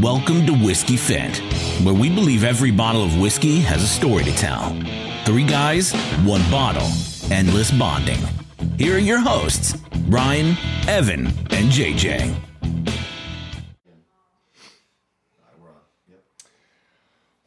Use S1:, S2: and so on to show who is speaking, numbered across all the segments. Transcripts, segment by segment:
S1: Welcome to Whiskey Fit, where we believe every bottle of whiskey has a story to tell. Three guys, one bottle, endless bonding. Here are your hosts, Ryan, Evan, and JJ.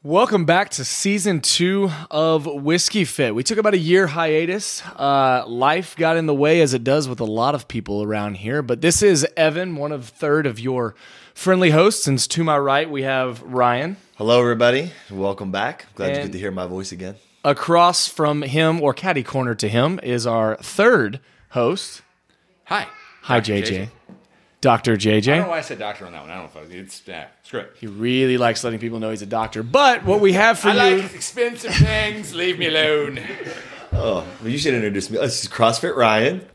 S2: Welcome back to season two of Whiskey Fit. We took about a year hiatus. Uh, life got in the way, as it does with a lot of people around here. But this is Evan, one of third of your friendly hosts. And to my right, we have Ryan.
S3: Hello, everybody. Welcome back. Glad you
S2: And-
S3: get to hear my voice again.
S2: Across from him, or caddy corner to him, is our third host.
S4: Hi.
S2: Hi,
S4: Dr.
S2: JJ. Dr. JJ.
S4: I don't know why I said doctor on that one. I don't know if I was, it's yeah, screw it.
S2: he really likes letting people know he's a doctor. But what we have for
S4: I
S2: you.
S4: like expensive things. Leave me alone.
S3: Well, you should introduce me. This is CrossFit Ryan.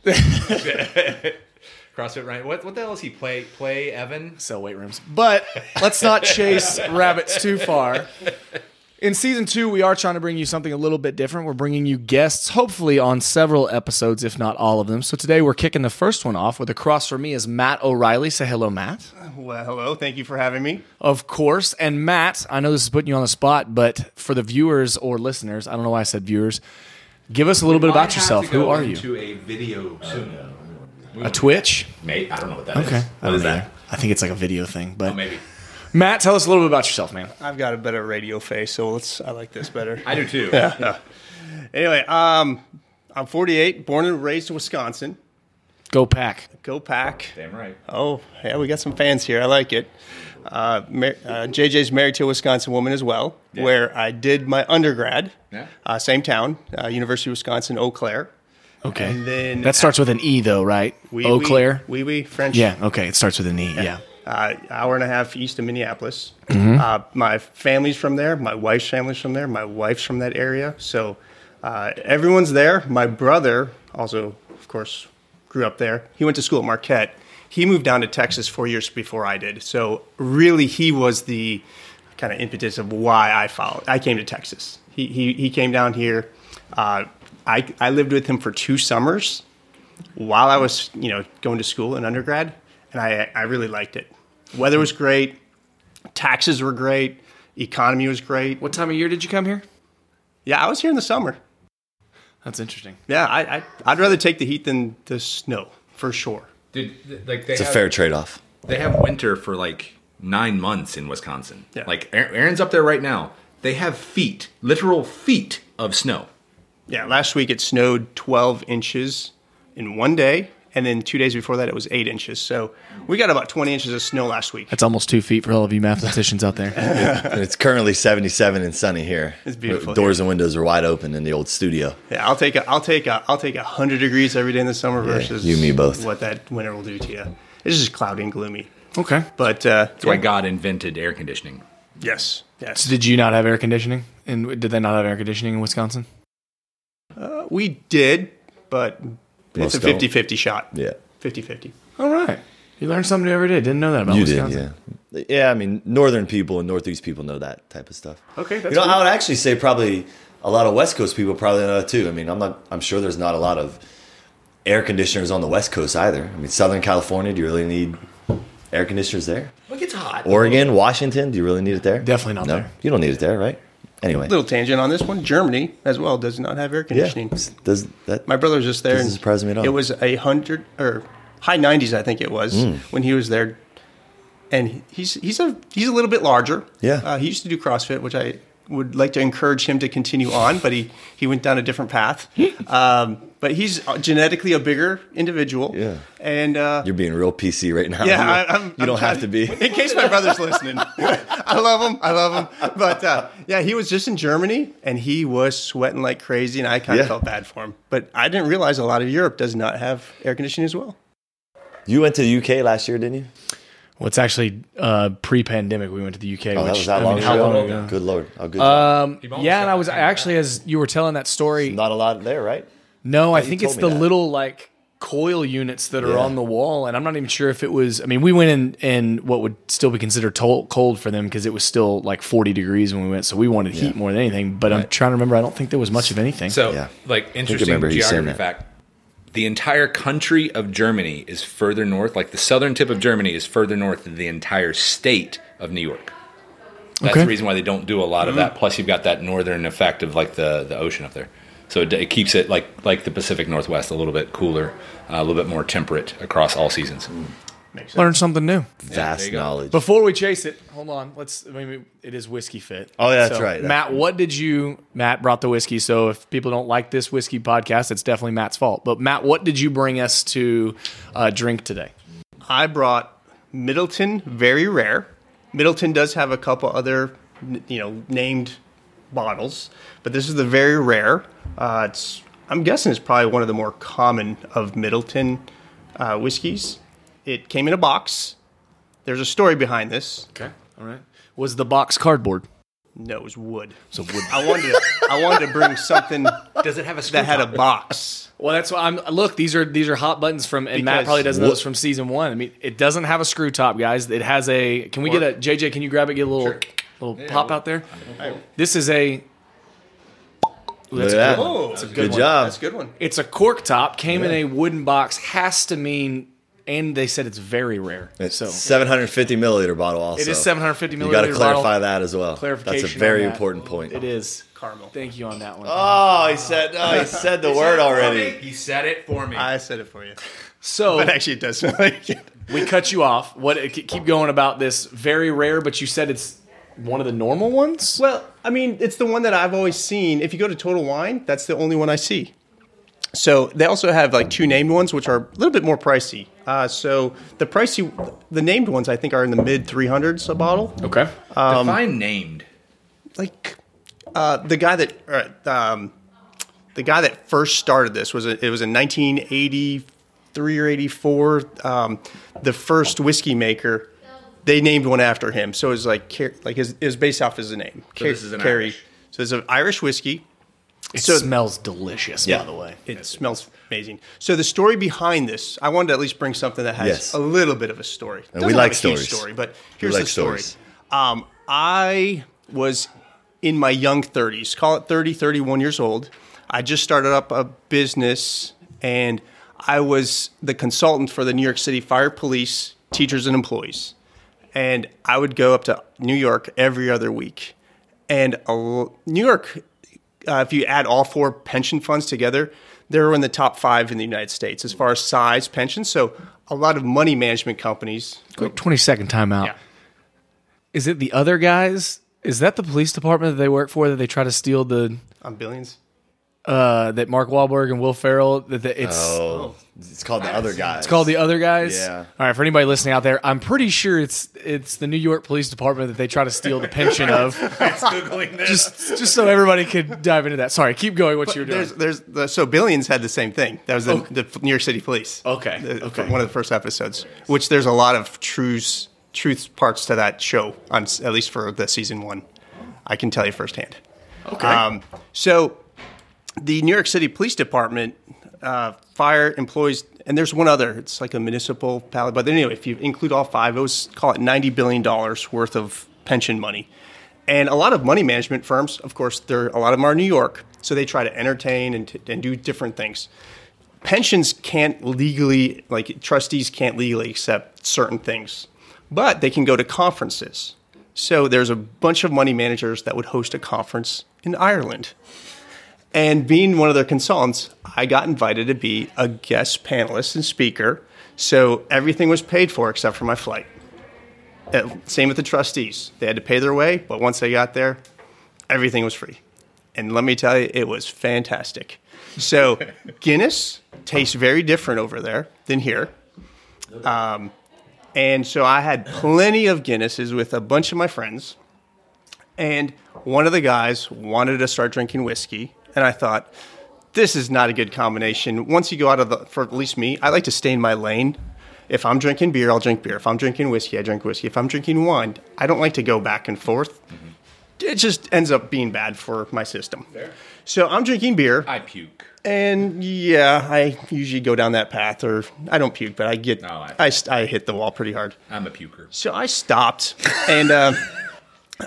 S4: CrossFit Ryan. What what the hell is he play? Play Evan.
S2: sell weight rooms. But let's not chase rabbits too far. In season two, we are trying to bring you something a little bit different. We're bringing you guests, hopefully, on several episodes, if not all of them. So today, we're kicking the first one off with across from me is Matt O'Reilly. Say hello, Matt.
S5: Well, hello. Thank you for having me.
S2: Of course. And Matt, I know this is putting you on the spot, but for the viewers or listeners, I don't know why I said viewers, give us a little bit about yourself. Who are you?
S4: To a video soon.
S2: A Twitch?
S4: Mate, I don't know what that is.
S2: Okay. I
S4: What
S2: don't
S4: is
S2: know.
S4: that?
S2: I think it's like a video thing. But
S4: Oh, maybe.
S2: Matt, tell us a little bit about yourself, man.
S5: I've got a better radio face, so let's. I like this better.
S4: I do too.
S5: Anyway, um, I'm 48, born and raised in Wisconsin.
S2: Go pack.
S5: Go Pack.
S4: Damn right.
S5: Oh, yeah, we got some fans here. I like it. Uh, mar- uh, JJ's married to a Wisconsin woman as well, where I did my undergrad.
S4: Yeah.
S5: Uh, same town, uh, University of Wisconsin, Eau Claire.
S2: Okay.
S5: And then
S2: that starts with an E, though, right? Eau Claire.
S5: Oui, oui, French.
S2: yeah. Okay. It starts with an E. Yeah.
S5: uh, hour and a half east of Minneapolis. Uh, my family's from there. My wife's family's from there. My wife's from that area. So uh, everyone's there. My brother also, of course, grew up there. He went to school at Marquette. He moved down to Texas four years before I did. So really, he was the kind of impetus of why I followed. I came to Texas. He he, he came down here. Uh, I I lived with him for two summers while I was, you know, going to school in undergrad, and I, I really liked it. Weather was great, taxes were great, economy was great.
S2: What time of year did you come here?
S5: Yeah, I was here in the summer.
S2: That's interesting.
S5: Yeah, I, I I'd rather take the heat than the snow for sure.
S4: Dude, th- like they
S3: It's a
S4: have,
S3: fair trade off.
S4: They have winter for like nine months in Wisconsin.
S5: Yeah.
S4: Like Aaron- Aaron's up there right now. They have feet, literal feet of snow.
S5: Yeah, last week it snowed 12 inches in one day, and then two days before that it was eight inches. So we got about 20 inches of snow last week.
S2: That's almost two feet for all of you mathematicians out there.
S3: It's currently 77 and sunny here.
S5: It's beautiful,
S3: Doors and windows are wide open in the old studio.
S5: Yeah, I'll take a I'll take a I'll take a hundred degrees every day in the summer versus
S3: you and me both.
S5: What that winter will do to you. It's just cloudy and gloomy.
S2: okay.
S5: But uh,
S4: That's why God invented air conditioning.
S5: Yes. Yes.
S2: So did you not have air conditioning? And did they not have air conditioning in Wisconsin?
S5: We did, but
S3: Most
S5: it's a
S3: don't.
S5: 50 50 shot.
S3: Yeah.
S5: 50 50.
S2: All right. You learned something new every day. Didn't know that about
S3: You did,
S2: Wisconsin.
S3: yeah. Yeah, I mean, northern people and northeast people know that type of stuff.
S2: Okay, that's
S3: You know,
S2: cool.
S3: I would actually say probably a lot of West Coast people probably know that too. I mean, I'm not, I'm sure there's not a lot of air conditioners on the West Coast either. I mean, Southern California, do you really need air conditioners there?
S4: Look, it's hot.
S3: Oregon, Washington. Do you really need it there?
S2: Definitely not
S3: no,
S2: there.
S3: You don't need it there, right? Anyway,
S5: Little tangent on this one. Germany as well does not have air
S3: yeah.
S5: conditioning.
S3: Does that?
S5: My brother was just there.
S3: Doesn't
S5: and
S3: surprise me at all.
S5: It was a hundred or high 90s, I think it was,
S3: Mm.
S5: when he was there. And he's he's a he's a little bit larger.
S3: Yeah.
S5: Uh, he used to do CrossFit, which I would like to encourage him to continue on, but he he went down a different path. um, but he's genetically a bigger individual.
S3: Yeah.
S5: And uh,
S3: You're being real PC right now.
S5: Yeah,
S3: you,
S5: I, I'm,
S3: you don't
S5: I'm
S3: have to
S5: trying-
S3: be.
S5: In case my brother's listening, I love him. I love him. But uh, yeah, he was just in Germany and he was sweating like crazy, and I kind of
S3: Yeah.
S5: felt bad for him. But I didn't realize a lot of Europe does not have air conditioning as well.
S3: You went to the UK last year, didn't you?
S2: Well, it's actually uh, pre-pandemic. We went to the UK. which,
S3: Oh, that was that
S2: I mean,
S3: long,
S2: how
S3: ago?
S2: long ago?
S3: Good lord. Oh, good.
S2: Um, yeah, and I was actually as you were telling that story.
S3: not a lot there, right?
S2: No, I think
S3: told
S2: it's
S3: me
S2: the
S3: that.
S2: little like coil units that are
S3: Yeah.
S2: on the wall, and I'm not even sure if it was. I mean, we went in in what would still be considered tol- cold for them because it was still like 40 degrees when we went, so we wanted heat more than anything. But I'm trying to remember. I don't think there was much of anything.
S4: So,
S3: Yeah.
S4: like, interesting
S3: remember you saying
S4: geography
S3: that.
S4: fact: the entire country of Germany is further north. Like, the southern tip of Germany is further north than the entire state
S6: of New York. That's the reason why they don't do a lot of that. Plus, you've got that northern effect of like the, the ocean up there, so it, it keeps it like like the Pacific Northwest a little bit cooler, uh, a little bit more temperate across all seasons.
S2: Learn something new.
S3: Vast knowledge.
S2: Before we chase it, hold on. Let's. I mean, it is whiskey fit.
S3: Oh, yeah, that's right.
S2: Matt, what did you? Matt brought the whiskey. So if people don't like this whiskey podcast, it's definitely Matt's fault. But Matt, what did you bring us to uh, drink today?
S5: I brought Middleton Very Rare. Middleton does have a couple other, n- you know, named bottles, but this is the Very Rare. Uh, it's I'm guessing it's probably one of the more common of Middleton uh, whiskeys. It came in a box. There's a story behind this.
S2: Okay. All right. Was the box cardboard?
S5: No, it was wood.
S2: So wood.
S5: I wanted to, I wanted to bring something that
S6: Does it have a
S5: had a box.
S2: Well, that's why I'm. Look, these are these are hot buttons from, and Matt
S5: Because-
S2: probably doesn't know this from season one. I mean, it doesn't have a screw top, guys. It has a. Can we get a JJ? Can you grab it? Get a little little pop out there. This is a. Ooh,
S3: Look
S2: that's
S3: at
S2: a
S3: that.
S2: good one.
S5: Oh,
S2: That's a good,
S3: Good
S2: one.
S3: job.
S5: That's a good one.
S2: It's a cork top. Came in a wooden box. Has to mean, and they said it's very rare.
S3: It's
S2: so
S3: 750 milliliter bottle. Also,
S2: is 750
S3: You got to
S2: milliliter
S3: clarify
S2: bottle.
S3: that as well.
S2: clarification.
S3: That's a
S2: on
S3: very
S2: that.
S3: important point.
S2: It is.
S5: Caramel.
S2: Thank you on that one.
S3: Oh, he said. Oh, he said the word already.
S6: He said it for me.
S5: I said it for you.
S2: so
S5: But actually, it does smell like it.
S2: we cut you off. What? k- Keep going about this very rare, but you said it's one of the normal ones.
S5: Well, I mean, it's the one that I've always seen. If you go to Total Wine, that's the only one I see. So they also have like two named ones, which are a little bit more pricey. Uh, so the pricey, the named ones, I think are in the mid three hundreds a bottle.
S2: Okay.
S3: Um,
S6: Define named.
S5: Like uh, the guy that uh, um, the guy that first started this was a, it was in nineteen eighty three or eighty four. Um, the first whiskey maker, they named one after him. So it was like Car- like his, it was based off his name.
S6: So this is an Irish.
S5: So it's an Irish whiskey.
S2: It
S5: So-
S2: smells delicious,
S3: Yeah.
S2: by the way.
S5: It smells amazing. So the story behind this, I wanted to at least bring something that has
S3: Yes.
S5: a little bit of a story.
S3: And
S5: Doesn't
S3: we
S5: have
S3: like
S5: a huge
S3: stories.
S5: story, but here's
S3: like
S5: the story.
S3: stories.
S5: Um, I was in my young 30s, call it 30, 31 years old. I just started up a business and I was the consultant for the New York City Fire Police teachers and employees. And I would go up to New York every other week. And a l- New York uh, if you add all four pension funds together, they're in the top five in the United States as far as size pensions. So a lot of money management companies.
S2: Quick 20 second timeout.
S5: Yeah.
S2: Is it the other guys? Is that the police department that they work for that they try to steal the
S5: On billions.
S2: uh, that Mark Wahlberg and Will Ferrell that the, it's
S3: Oh, it's called the other guy. It's
S2: called the other guys?
S3: Yeah.
S2: All right, for anybody listening out there, I'm pretty sure it's it's the New York Police Department that they try to steal the pension of. Just just so everybody could dive into that. Sorry, keep going what you were doing.
S5: There's, there's the, so billions had the same thing. That was the, the New York City Police.
S2: Okay,
S5: The-
S2: okay.
S5: One of the first episodes, which there's a lot of truths, truth parts to that show. On s- at least for the season one, I can tell you firsthand. Okay. Um, so the New York City Police Department uh, fire employees, and there's one other. It's like a municipal pallet, but anyway, if you include all five, it was call it ninety billion dollars worth of pension money, and a lot of money management firms. Of course, there a lot of them are in New York, so they try to entertain and, t- and do different things. Pensions can't legally, like trustees can't legally accept certain things, but they can go to conferences. So there's a bunch of money managers that would host a conference in Ireland. And being one of their consultants, I got invited to be a guest panelist and speaker. So everything was paid for except for my flight. Uh, same with the trustees. They had to pay their way, but once they got there, everything was free. And let me tell you, it was fantastic. So Guinness tastes very different over there than here. Um, and so I had plenty of Guinnesses with a bunch of my friends. And one of the guys wanted to start drinking whiskey. And I thought, this is not a good combination. Once you go out of the, for at least me, I like to stay in my lane. If I'm drinking beer, I'll drink beer. If I'm drinking whiskey, I drink whiskey. If I'm drinking wine, I don't like to go back and forth. It just ends up being bad for my system. So I'm drinking beer.
S6: I puke.
S5: And yeah, I usually go down that path, or I don't puke, but I get,
S6: No, I-
S5: I, st- I hit the wall pretty hard.
S6: I'm a puker.
S5: So I stopped, and uh,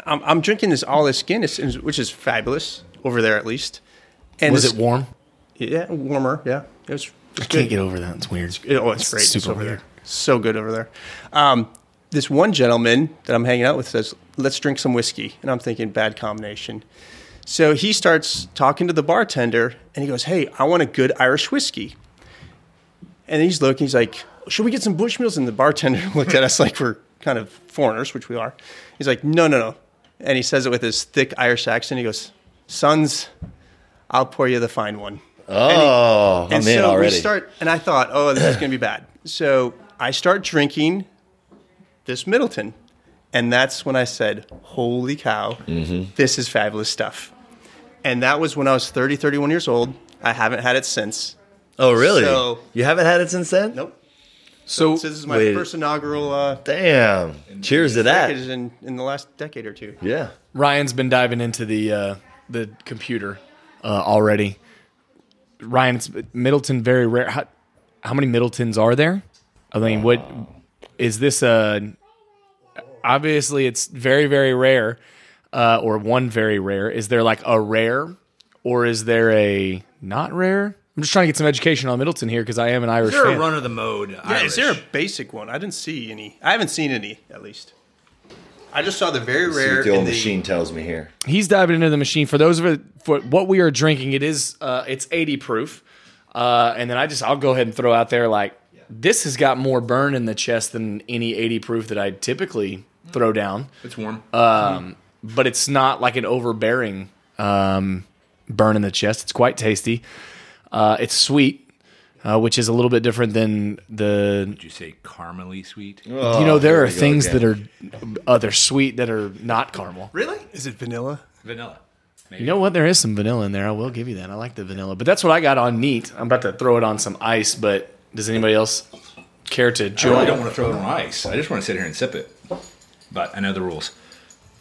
S5: I'm, I'm drinking this all this Guinness, and- which is fabulous over there at least. And
S2: was
S5: this-
S2: it warm?
S5: Yeah, warmer. Yeah, it was. It was
S2: Can't
S5: good.
S2: get over that. It's weird.
S5: It- oh, it's great.
S2: super
S5: it's over
S2: weird.
S5: there. So good over there. Um, this one gentleman that I'm hanging out with says, "Let's drink some whiskey," and I'm thinking, bad combination. So he starts talking to the bartender, and he goes, "Hey, I want a good Irish whiskey." And he's looking. He's like, "Should we get some Bushmills?" And the bartender looked at us like we're kind of foreigners, which we are. He's like, "No, no, no," and he says it with his thick Irish accent. He goes, "Sons, I'll pour you the fine one."
S3: Oh, I'm
S5: and
S3: in
S5: so
S3: already.
S5: we start, and I thought, oh, this is going to be bad. So I start drinking this Middleton, and that's when I said, holy cow,
S3: Mm-hmm.
S5: this is fabulous stuff. And that was when I was 30, 31 years old. I haven't had it since.
S3: oh, really?
S5: So-
S3: you haven't had it since then?
S5: Nope.
S2: So
S5: So this is my
S3: Wait.
S5: first inaugural uh,
S3: Damn. Cheers to that.
S5: package in, in the last decade or two.
S3: Yeah.
S2: Ryan's been diving into the uh, the computer uh, already. Ryan, it's Middleton very rare. How, how many Middletons are there? I mean, what is this? A obviously it's very very rare, uh, or one very rare. Is there like a rare, or is there a not rare? I'm just trying to get some education on Middleton here because I am an Irish
S4: Is there a
S2: fan.
S4: run of the mode?
S5: Yeah, is there a basic one? I didn't see any. I haven't seen any, at least. I just saw the very
S3: See
S5: rare.
S3: what the old
S5: in the-
S3: machine telws me here.
S2: he's diving into the machine. For those of it, for what we are drinking, it is uh, it's eighty proof. Uh, and then I just I'll go ahead and throw out there like this has got more burn in the chest than any eighty proof that I typically throw down.
S4: It's warm.
S3: uh,
S2: But it's not like an overbearing um, burn in the chest. It's quite tasty. Uh, it's sweet. Uh, which is a little bit different than the
S6: Did you say caramely sweet?
S2: you know there
S3: Oh, here
S2: are
S3: we go
S2: things that are other sweet that are not caramel
S4: really?
S5: Is it vanilla?
S6: Vanilla.
S2: You know what? There is some vanilla in there. I will give you that. I like the vanilla, but that's what I got on neat. I'm about to throw it on some ice, but does anybody else care to
S6: I really
S2: join?
S6: don't want to throw it on ice. I just want to sit here and sip it. But I know the rules.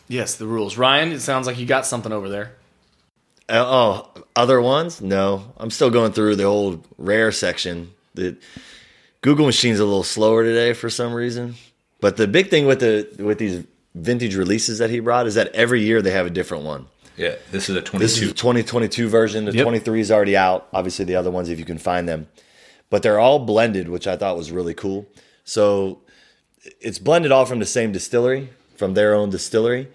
S2: yes, the rules. Ryan, it sounds like you got something over there.
S3: Uh, oh, other ones? No, I'm still going through the old rare section. The Google machine's a little slower today for some reason. But the big thing with the with these vintage releases that he brought is that every year they have a different one.
S6: Yeah, this is a 22.
S3: This is the 2022 version. The
S2: Yep.
S3: 23 is already out. Obviously, the other ones, if you can find them, but they're all blended, which I thought was really cool. So it's blended all from the same distillery, from their own distillery.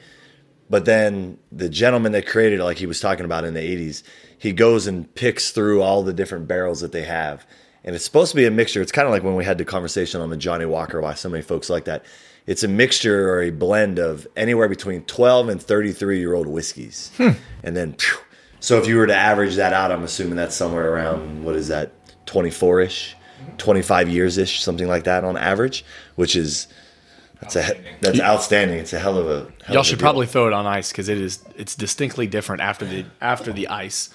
S3: But then the gentleman that created it, like he was talking about in the 80s, he goes and picks through all the different barrels that they have. And it's supposed to be a mixture. It's kind of like when we had the conversation on the Johnny Walker, why so many folks like that. It's a mixture or a blend of anywhere between 12 and 33 year old whiskeys.
S2: Hmm.
S3: And then, phew. so if you were to average that out, I'm assuming that's somewhere around, what is that, 24 ish, 25 years ish, something like that on average, which is. That's, a, that's outstanding. It's a hell of a. Hell of
S2: Y'all
S3: a
S2: should
S3: deal.
S2: probably throw it on ice because it is it's distinctly different after the after the ice.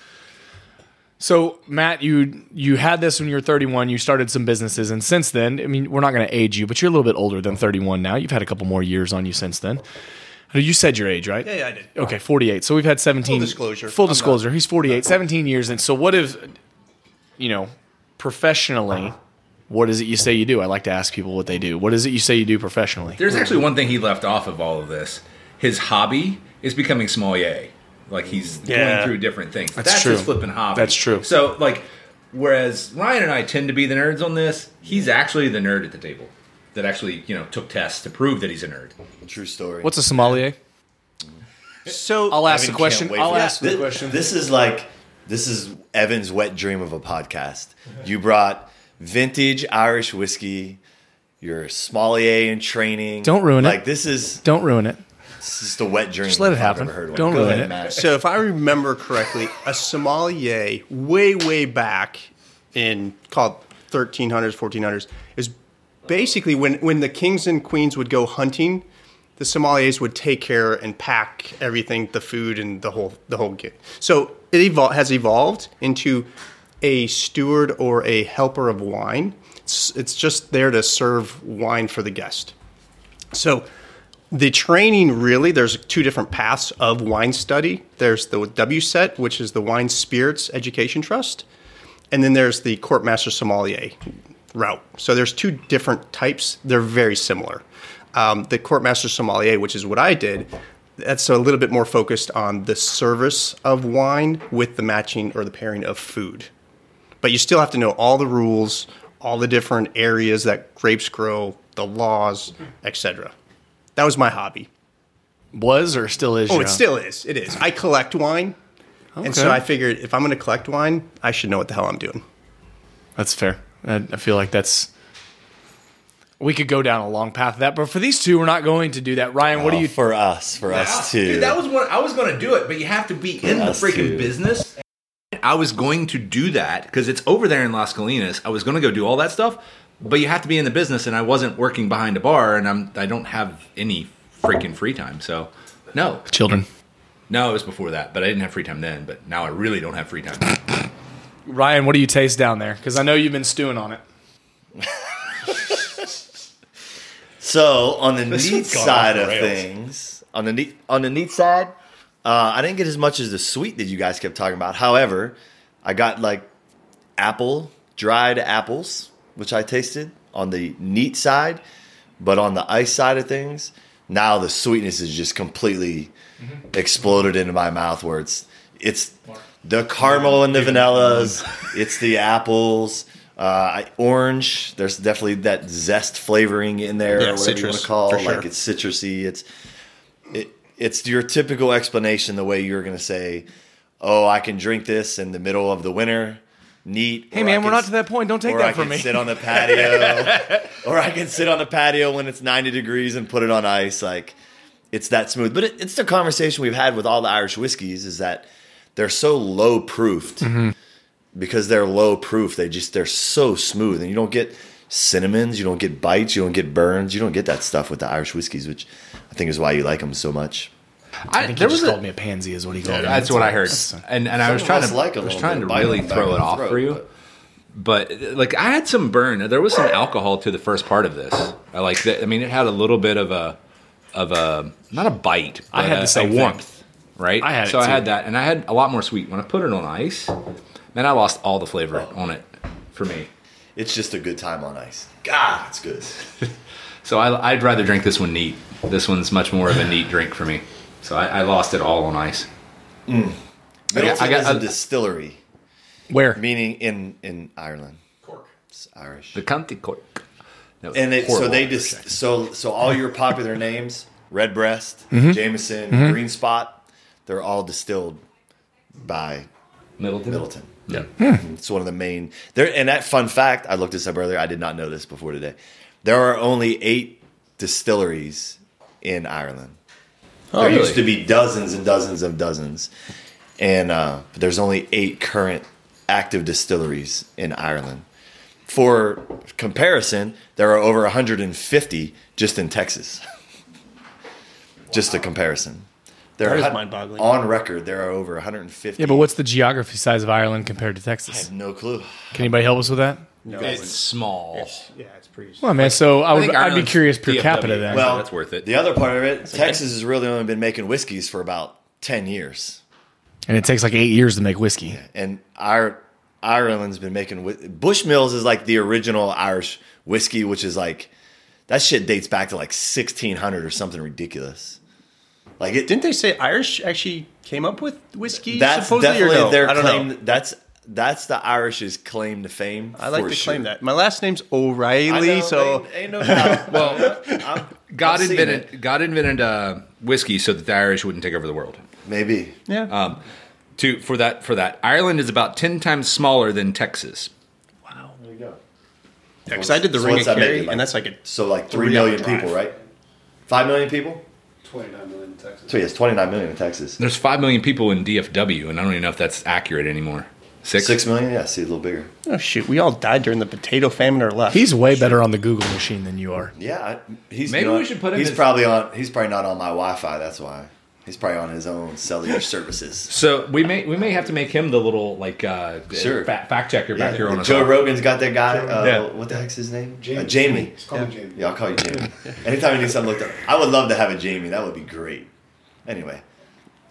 S2: So Matt, you you had this when you were 31. You started some businesses, and since then, I mean, we're not going to age you, but you're a little bit older than 31 now. You've had a couple more years on you since then. You said your age, right?
S5: Yeah, yeah, I did.
S2: Okay, 48. So we've had 17.
S5: Full disclosure.
S2: Full
S5: I'm not-
S2: disclosure. He's 48, 17 years. And so what if, you know, professionally,
S5: Uh-huh.
S2: what is it you say you do? I like to ask people what they do. What is it you say you do professionally?
S6: There's actually one thing he left off of all of this. His hobby is becoming sommelier. Like he's
S5: Yeah.
S6: going through different things. That's, his
S2: true.
S6: flipping hobby.
S2: That's true.
S6: So like, whereas Ryan and I tend to be the nerds on this, he's actually the nerd at the table that actually you know took tests to prove that he's a nerd.
S3: True story.
S2: What's a sommelier?
S5: So
S2: I'll ask the
S3: Evan
S2: question.
S3: can't wait
S2: I'll
S3: for that.
S2: ask the
S3: Thi-
S2: question.
S3: This is like this is Evan's wet dream of a podcast. You brought vintage Irish whiskey. You're a sommelier in training.
S2: Don't ruin it.
S3: Like this is
S2: Don't ruin it.
S3: this is the wet dream.
S2: Just let it
S3: if I've
S2: happen.
S3: ever heard one.
S2: Don't
S3: Go
S2: ruin
S3: ahead,
S2: it.
S3: Matt.
S5: So if I remember correctly, a sommelier way way back in called 1300s 1400s is basically when when the kings and queens would go hunting, the sommeliers would take care and pack everything, the food and the whole the whole kit. So it evol- has evolved into a steward or a helper of wine. It's, it's just there to serve wine for the guest. So the training really there's two different paths of wine study. There's the WSET, which is the Wine Spirits Education Trust, and then there's the Courtmaster Sommelier route. So there's two different types. They're very similar. Um, the Courtmaster Sommelier, which is what I did, that's a little bit more focused on the service of wine with the matching or the pairing of food but you still have to know all the rules, all the different areas that grapes grow, the laws, etc. That was my hobby.
S2: Was or still is?
S5: Oh,
S2: your
S5: it
S2: own?
S5: still is. It is. I collect wine, and so
S2: Okay.
S5: I figured if I'm going to collect wine, I should know what the hell I'm doing.
S2: That's fair. I, I feel like that's. We could go down a long path of that, but for these two, we're not going to do that. Ryan, what do
S3: Oh,
S2: you?
S3: for us? For us too.
S6: Dude, that was one. I was going to do it, but you have to be in the
S3: Us
S6: freaking
S3: too.
S6: business. I was going to do that because it's over there in Las Colinas. I was going to go do all that stuff, but you have to be in the business, and I wasn't working behind a bar, and I'm I don't have any freaking free time. So, no,
S2: Children.
S6: no, it was before that, but I didn't have free time then. But now I really don't have free time.
S2: Ryan, what do you taste down there? Because I know you've been stewing on it.
S3: So on the neat
S2: one's gone
S3: side
S2: off
S3: of
S2: the rails.
S3: things, on the neat on the neat side, uh, I didn't get as much as the sweet that you guys kept talking about. However, I got like apple dried apples, which I tasted on the neat side, but on the ice side of things, now the sweetness is just completely
S2: Mm-hmm.
S3: exploded into my mouth. Where it's it's the caramel and the vanillas, it's the apples. Uh, I- orange, there's definitely that zest flavoring in there,
S5: Yeah,
S3: or whatever you
S5: citrus,
S3: want to call.
S5: for
S3: it.
S5: sure.
S3: Like it's citrusy. It's it, it's your typical explanation the way you're going to say, "Oh, I can drink this in the middle of the winter, neat."
S2: Hey
S3: or I
S2: man, we're
S3: can
S2: not
S3: s-
S2: to that point. Don't take
S3: or
S2: that
S3: I
S2: from
S3: can
S2: me.
S3: sit on the patio, or I can sit on the patio when it's 90 degrees and put it on ice. Like it's that smooth. But it, it's the conversation we've had with all the Irish whiskeys is that they're so low proofed because they're low proof. They just they're so smooth, and you don't get cinnamons, you don't get bites, you don't get burns, you don't get that stuff with the Irish whiskeys, which I think is why you like them so much.
S6: I,
S2: I think
S6: there
S2: he just
S6: was a-
S2: called me a pansy, is what he called me.
S6: That's what I heard, and and I was
S3: Some of
S6: trying
S3: us
S6: to
S3: like a
S6: I was
S3: little
S6: trying
S3: bit
S6: to
S3: of bite
S6: really
S3: in the back
S6: throw
S3: of
S6: it
S3: the
S6: off
S3: throat,
S6: for you.
S3: but-
S6: but like I had some burn. There was some alcohol to the first part of this. I like that. I mean, it had a little bit of a of a not a bite.
S2: I
S6: but
S2: had
S6: a,
S2: the same
S6: a
S2: thing.
S6: warmth, right?
S2: I had it
S6: so I
S2: too.
S6: had that, and I had a lot more sweet when I put it on ice. Man, I lost all the flavor on it for me.
S3: It's just a good time on ice. God, it's good.
S6: So I, I'd rather drink this one neat. This one's much more of a neat drink for me. So I, I lost it all on ice.
S3: Middleton
S6: I got-
S3: is a
S6: I-
S3: distillery,
S2: Where?
S3: meaning in in Ireland. Cork. It's Irish.
S6: The County Cork. That was
S3: and it, so
S6: horrible
S3: they
S6: after a
S3: just
S6: second.
S3: so so all your popular names redbreast jameson green spot they're all distilled by
S6: Middleton.
S3: middleton
S6: Yeah.
S3: it's one of the main there and that fun fact i looked this up earlier i did not know this before today there are only eight distilleries in ireland
S5: Oh,
S3: there used to be dozens and dozens of dozens and uh, but there's only eight current active distilleries in ireland for comparison there are over 150 just in texas just a comparison there
S5: That
S3: are
S5: is
S3: hun-
S5: mind-boggling.
S3: on record there are over 150
S2: Yeah, but what's the geography size of Ireland compared to Texas?
S3: no clue
S2: Can anybody help us with that?
S5: No,
S6: It's small.
S5: yeah, it's pretty.
S2: Well, man, so I
S6: I
S2: would,
S6: think
S2: I'd be
S6: Ireland's
S2: curious per
S6: DFW.
S2: capita then.
S6: Well-
S2: Well,
S6: So that's worth it.
S3: The other part of it, Texas has really only been making whiskeys for about ten years,
S2: and it takes like eight years to make whiskey.
S3: and our Ireland's been making whi- Bushmills is like the original Irish whiskey, which is like that shit dates back to like sixteen hundred or something ridiculous. Like it
S5: Didn't they say Irish actually came up with whiskey?
S3: That's
S5: supposedly,
S3: definitely
S5: or no?
S3: their
S5: I don't
S3: claim.
S5: know.
S3: That's that's the Irish's claim to fame.
S5: I like
S3: for
S5: to
S3: sure.
S5: claim that. My last name's
S3: I know,
S5: O'Reilly, so
S3: ain't, ain't no doubt. well,
S6: God
S3: I've seen
S6: invented God invented uh, whiskey so that the Irish wouldn't take over the world.
S3: maybe
S5: yeah.
S3: Um,
S6: To for that for that Ireland is about ten times smaller than Texas.
S5: Because I did the
S3: So
S5: Ring
S3: what's
S5: of
S3: that make
S5: Kerry,
S3: it like?
S5: and that's like a
S3: so like three
S5: Three hour
S3: million
S5: drive.
S3: people, right? Five million people.
S7: 29 million in Texas.
S3: So yes, twenty nine million in Texas.
S6: There's five million people in DFW, and I don't even know if that's accurate anymore. Six.
S3: Six million? Yeah, see, a little bigger.
S5: oh shoot, we all died during the potato famine or left.
S2: He's way better on the Google machine than you are.
S3: Yeah, I- he's
S6: Maybe
S3: you know,
S6: we should put him
S3: He's
S6: in-
S3: probably on. He's probably not on my Wi-Fi. That's why he's probably on his own cellular services.
S6: So we may we may have to make him the little like uh,
S3: Sure.
S6: fa- fact checker back here on us.
S3: Joe Rogan's got that guy. Uh,
S6: Yeah.
S3: What the heck's his name?
S7: Jamie.
S3: Uh, Jamie.
S7: Just call me Jamie.
S3: Yeah, I'll call you Jamie. Anytime you need something looked up, I would love to have a Jamie. That would be great. Anyway,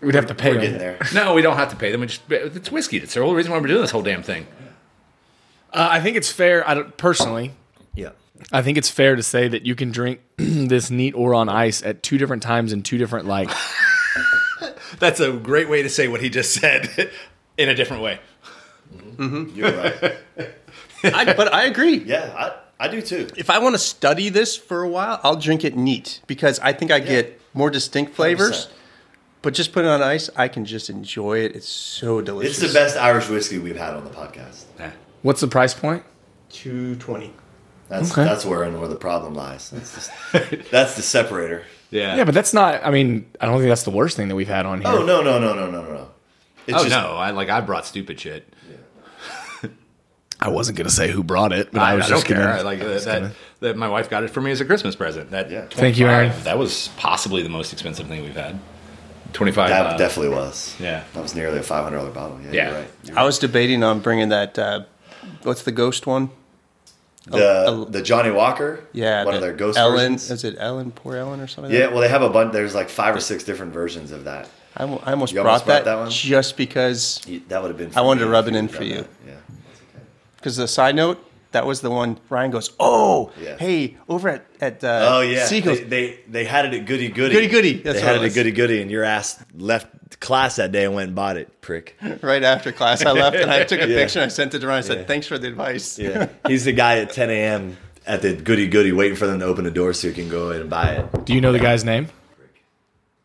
S2: We'd have to pay
S3: we're
S2: him.
S3: getting there.
S6: No, we don't have to pay them. We just it's whiskey. It's the whole reason why we're doing this whole damn thing.
S2: Uh, I think it's fair. I don't, personally,
S3: Yeah.
S2: I think it's fair to say that you can drink this neat or on ice at two different times in two different like.
S6: That's a great way to say what he just said in a different way.
S3: You're right.
S5: I, but I agree.
S3: Yeah, I do too.
S5: If I want to study this for a while, I'll drink it neat because I think I get more distinct flavors.
S3: 100%.
S5: But just put it on ice, I can just enjoy it. It's so
S3: It's
S5: delicious.
S3: the best Irish whiskey we've had on the podcast.
S2: What's the price point?
S5: Two twenty.
S3: That's
S2: Okay.
S3: that's where and where the problem lies. That's, just, that's the separator.
S2: Yeah, but that's not. I mean, I don't think that's the worst thing that we've had on here.
S3: Oh no no no no no no no. It's
S4: Oh
S3: just,
S4: no! I like I brought stupid shit.
S2: I wasn't gonna say who brought it, but I,
S4: I,
S2: was
S4: I don't
S2: just
S4: care.
S2: gonna.
S4: I like that, that. That my wife got it for me as a Christmas present. That
S3: Yeah.
S2: Thank you, Aaron.
S4: 25, That was possibly the most expensive thing we've had. Twenty five.
S3: That
S6: uh,
S3: definitely was.
S4: Uh, yeah.
S3: That was nearly a five hundred dollar bottle. Yeah,
S4: Yeah.
S3: You're right. You're
S5: I was debating on bringing that. Uh, what's the ghost one?
S3: the
S5: oh.
S3: the Johnny Walker.
S5: Yeah,
S3: one
S5: the
S3: of their ghost
S5: Ellen.
S3: versions.
S5: Is it Ellen? Poor Ellen or something. like
S3: Yeah,
S5: that?
S3: well, they have a bunch. There's like five or six different versions of that.
S5: I, almo- I almost
S3: You
S5: brought,
S3: almost brought
S5: that,
S3: that one?
S5: just because.
S3: You- That would have been.
S5: I wanted to
S3: me
S5: rub
S3: if
S5: it in
S3: would've
S5: for
S3: done
S5: you.
S3: that. Yeah.
S5: Because the side note, that was the one Ryan goes, "Oh,
S3: Yeah.
S5: hey, over at at uh,
S3: Oh yeah,
S5: Seagulls."
S3: They, they they had it at Goody Goody.
S5: Goody Goody, that's
S3: They had
S5: what it
S3: it at
S5: was.
S3: Goody Goody, and your ass left class that day and went and bought it, prick.
S5: right after class, I left and I took a
S3: Yeah.
S5: picture and I sent it to Ryan. I said,
S3: Yeah.
S5: "Thanks for the advice."
S3: Yeah, he's the guy at 10 a.m. at the Goody Goody waiting for them to open the door so he can go in and buy it.
S2: Do you know the guy's name?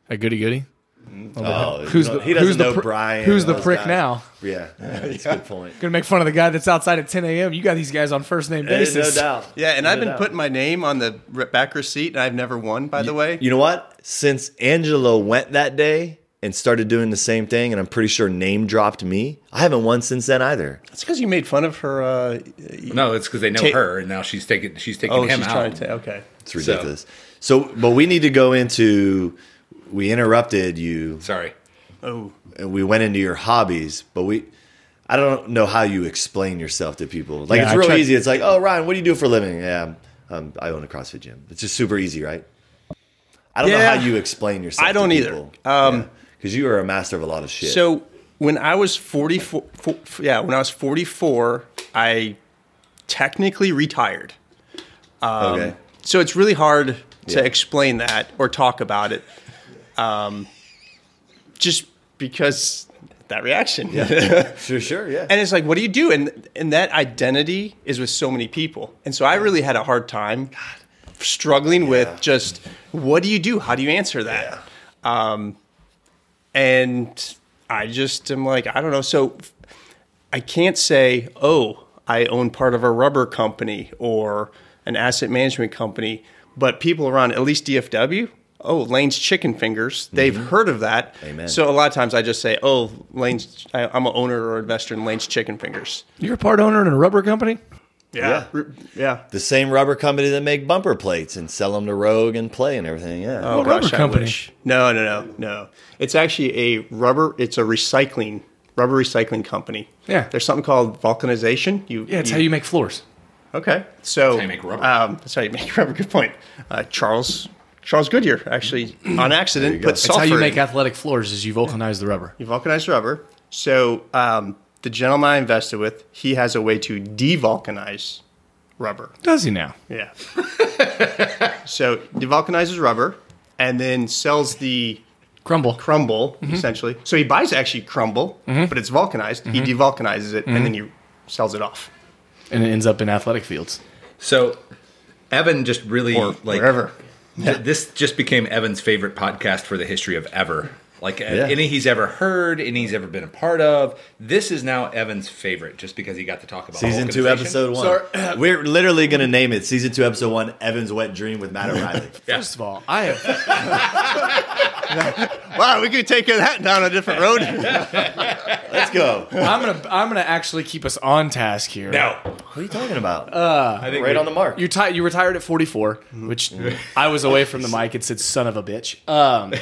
S2: A goody goody.
S3: Oh,
S2: Who's
S3: you know,
S2: the-
S3: he doesn't
S2: who's the
S3: know
S2: pr-
S3: Brian.
S2: who's
S3: and
S2: the
S3: those
S2: prick
S3: guys.
S2: now?
S3: Yeah, that's a good point.
S2: Gonna make fun of the guy that's outside at 10 a.m. You got these guys on first name
S3: There's
S2: basis.
S3: no doubt.
S5: Yeah, and
S3: No
S5: I've been
S3: doubt.
S5: putting my name on the re- back receipt, and I've never won, by the way.
S3: You know what? Since Angelo went that day and started doing the same thing, and I'm pretty sure name dropped me. I haven't won since then either.
S5: That's because you made fun of her. Uh,
S6: No, it's because they know
S5: Take-
S6: her, and now she's taking she's taking
S5: oh,
S6: him
S5: she's trying
S6: out.
S5: to. Okay.
S3: It's ridiculous. So, but we need to go into. We interrupted you.
S6: Sorry.
S5: Oh,
S3: and we went into your hobbies, but we I don't know how you explain yourself to people. Like
S2: Yeah,
S3: it's
S2: I
S3: real
S2: tried-
S3: easy. It's like, oh Ryan, what do you do for a living? Yeah, um, I own a CrossFit gym. It's just super easy, right? I don't know
S5: Yeah.
S3: how you explain yourself.
S5: I don't
S3: to
S5: either.
S3: people.
S5: Um,
S3: because you are a master of a lot of shit.
S5: So when I was 44, fo- f- yeah, when I was 44, I technically retired.
S3: okay,
S5: So it's really hard to
S3: Yeah.
S5: explain that or talk about it, um, just because that reaction.
S3: sure, sure, yeah.
S5: and it's like, what do you do? And and that identity is with so many people, and so I really had a hard time struggling
S3: Yeah.
S5: with just what do you do? How do you answer that? Um, and I just am like, I don't know. So I can't say, oh, I own part of a rubber company or an asset management company, but people around at least DFW. Oh, Lane's Chicken Fingers. They've heard of that.
S3: Mm-hmm. Amen.
S5: So a lot of times I just say, "Oh, Lane's. I, I'm an owner or investor in Lane's Chicken Fingers."
S2: You're a part owner in a rubber company.
S3: Yeah.
S5: yeah, yeah.
S3: the same rubber company that make bumper plates and sell them to Rogue and Play and everything. Yeah.
S5: Oh,
S2: What rubber
S5: gosh, I
S2: company?
S5: wish. No, no, no, no. It's actually a rubber. It's a recycling rubber recycling company.
S2: Yeah.
S5: there's something called vulcanization. You
S2: Yeah, it's how you make floors.
S5: Okay,
S6: That's
S5: so
S6: how you make rubber.
S5: Um, that's how you make rubber. Good point. Uh, Charles Charles Goodyear actually on accident
S3: go.
S5: put
S3: That's
S5: sulfur.
S2: That's how you
S5: in.
S2: make athletic floors is you vulcanize the rubber.
S5: You vulcanize rubber. So um, the gentleman I invested with, he has a way to devulcanize rubber.
S2: Does he now?
S5: Yeah. so devulcanizes rubber and then sells the
S2: Crumble.
S5: crumble essentially. So he buys actually crumble, but it's vulcanized. He devulcanizes it and then he sells it off.
S2: And it ends up in athletic fields.
S6: So Evan just really
S5: Or
S6: like
S5: wherever.
S6: th- this just became Evan's favorite podcast for the history of ever. Like uh,
S3: Yeah.
S6: any he's ever heard, any he's ever been a part of. This is now Evan's favorite just because he got to talk about
S3: Season two,
S6: vulcanization.
S3: episode one. We're literally gonna name it season two, episode one. Evan's wet dream with Matt O'Reilly.
S2: First of all, I have
S5: Wow, we could take that down a different road.
S3: Let's go. What
S2: I'm gonna I'm gonna actually keep us on task here.
S6: No,
S3: are you talking about? Uh,
S6: I think
S3: right
S6: we-
S3: on the mark.
S2: You, ti- you retired at 44,
S6: Mm-hmm.
S2: which I was away from the mic and said, son of a bitch. Um,